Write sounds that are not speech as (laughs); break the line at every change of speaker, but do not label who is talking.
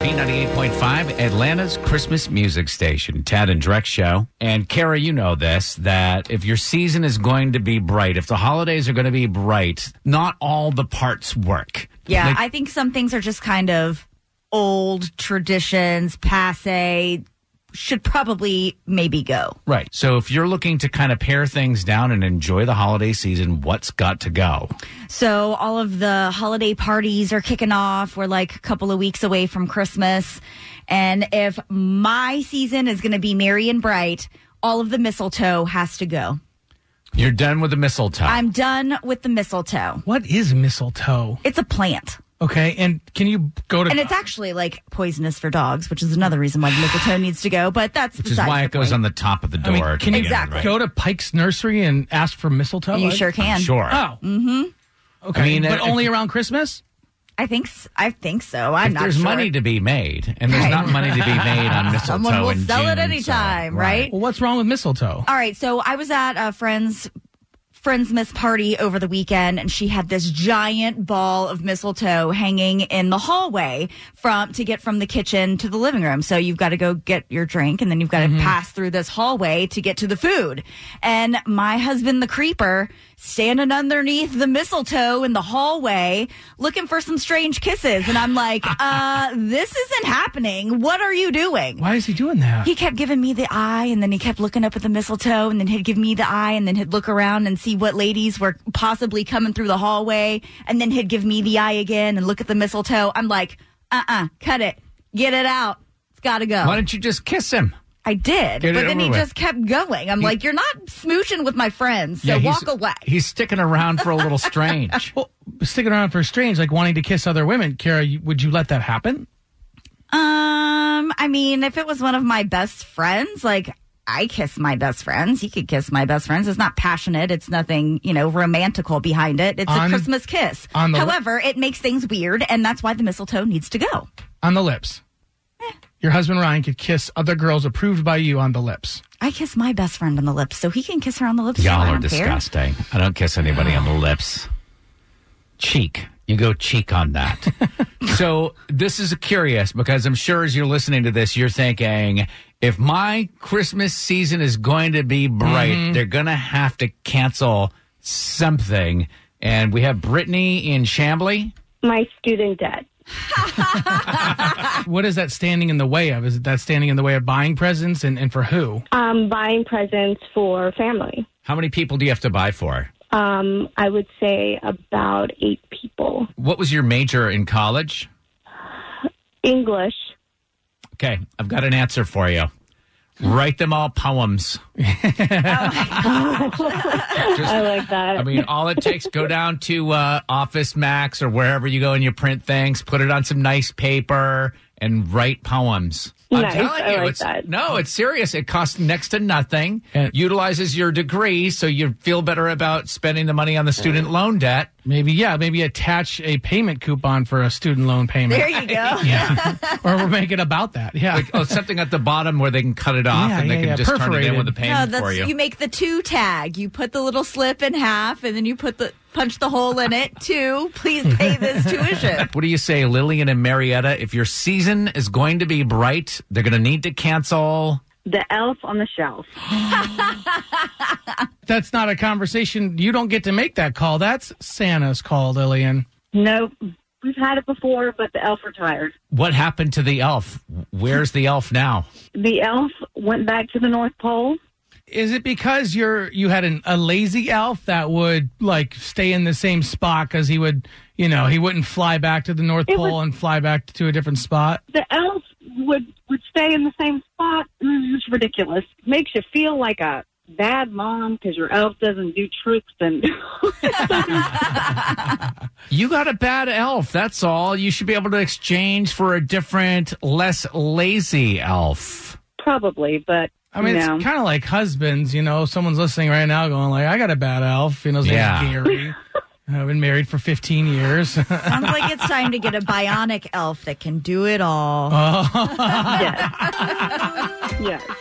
B 98.5, Atlanta's Christmas music station, Tad and Drex show. And Kara, you know this that if your season is going to be bright, if the holidays are going to be bright, not all the parts work.
Yeah,
Like,
I think some things are just kind of old traditions, passe, should probably maybe go.
right. So if you're looking to kind of pare things down and enjoy the holiday season, what's got to go?
So all of the holiday parties are kicking off. We're like a couple of weeks away from Christmas. And if my season is going to be merry and bright, all of the mistletoe has to go.
You're done with the mistletoe.
I'm done with the mistletoe.
What is mistletoe?
It's a plant.
Okay, and can you go to
And it's actually like poisonous for dogs, which is another reason why the mistletoe needs to go. But that's
which is why it goes on the top of the door.
I
to
mean, can you
begin with, right?
go to Pike's Nursery and ask for mistletoe?
You sure can.
Sure.
Oh. Mm-hmm. Okay.
I mean, uh,
but
if-
only around Christmas?
I think s- I think so. I'm
if
not
there's
sure.
money to be made, and there's not money to be made
(laughs)
on mistletoe,
Someone will
in uh,
sell it
June,
anytime,
so-
right?
Well, what's wrong with mistletoe?
All right, so I was at a friend's friend's miss party over the weekend and she had this giant ball of mistletoe hanging in the hallway from to get from the kitchen to the living room. So you've got to go get your drink and then you've got to pass through this hallway to get to the food. And my husband the creeper standing underneath the mistletoe in the hallway looking for some strange kisses and I'm like, "Uh, this isn't happening. What are you doing?"
Why is he doing that?
he kept giving me the eye and then he kept looking up at the mistletoe and then he'd give me the eye and then he'd look around and see what ladies were possibly coming through the hallway and then he'd give me the eye again and look at the mistletoe i'm like uh-uh cut it get it out it's gotta go
Why don't you just kiss him?
i did
Get it
but then
over
he
with.
just kept going i'm like you're not smooching with my friends so
Yeah, he's-
walk away
He's sticking around for a little strange.
well, sticking around for strange, like wanting to kiss other women. Kara, you- would you let that happen?
um i mean if it was one of my best friends like I kiss my best friends. He could kiss my best friends. It's not passionate. It's nothing, you know, romantical behind it. It's
On-
a Christmas kiss.
on the-
However, it makes things weird, and that's why the mistletoe needs to go.
On the lips.
Eh.
Your husband Ryan could kiss other girls approved by you on the lips.
I kiss my best friend on the lips, so he can kiss her on the lips. too.
(laughs)
I
Y'all are
don't care.
disgusting. I don't kiss anybody on the lips. Cheek. You go cheek on that. (laughs) so this is curious because I'm sure as you're listening to this, you're thinking, if my Christmas season is going to be bright, they're going to have to cancel something. And we have Brittany in Chambly.
My student debt.
Ah.
What is that standing in the way of? Is that standing in the way of buying presents and, and for who?
Um, buying presents for family.
How many people do you have to buy for?
Um, I would say about eight people.
What was your major in college?
English.
Okay, I've got an answer for you. Write them all poems.
I
(laughs)
like that.
I mean, all it takes go down to uh, Office Max or wherever you go and you print things, put it on some nice paper, and write poems.
Nice,
I'm telling
I
you,
like
it's,
that.
no, it's serious. It costs next to nothing.
And-
utilizes your degree, so you feel better about spending the money on the student loan debt.
Maybe, yeah, maybe attach a payment coupon for a student loan payment.
There you go.
(laughs) or we'll make it about that. Yeah.
Oh, something at the bottom where they can cut it off
Yeah,
and they
yeah,
can
yeah,
just turn it in
perforated.
with a
No,
payment for
that's
you.
you. make the two tag. You put the little slip in half, and then you put the punch the hole in it. Two, please pay this tuition.
What do you say, Lillian and Marietta? If your season is going to be bright, they're going to need to cancel.
The elf on the shelf.
That's not a conversation. You don't get to make that call. That's Santa's call, Lillian.
Nope. We've had it before, but the elf retired.
What happened to the elf? Where's the elf now?
The elf went back to the North Pole.
Is it because you're you had an, a lazy elf that would like stay in the same spot because he would you know he wouldn't fly back to the North
It
Pole
was-
and fly back to a different spot?
The elf would would stay in the same spot. Mm, It's ridiculous. Makes you feel like a bad mom because your elf doesn't do tricks and (laughs)
You got a bad elf, that's all. You should be able to exchange for a different, less lazy elf.
probably. But
I mean,
no.
it's kind of like husbands. You know, someone's listening right now, going like, "I got a bad elf." You know, his
Yeah.
(laughs)
name's Gary. I've been married for 15 years. (laughs)
Sounds like it's time to get a bionic elf that can do it all.
(laughs)
yes. yes.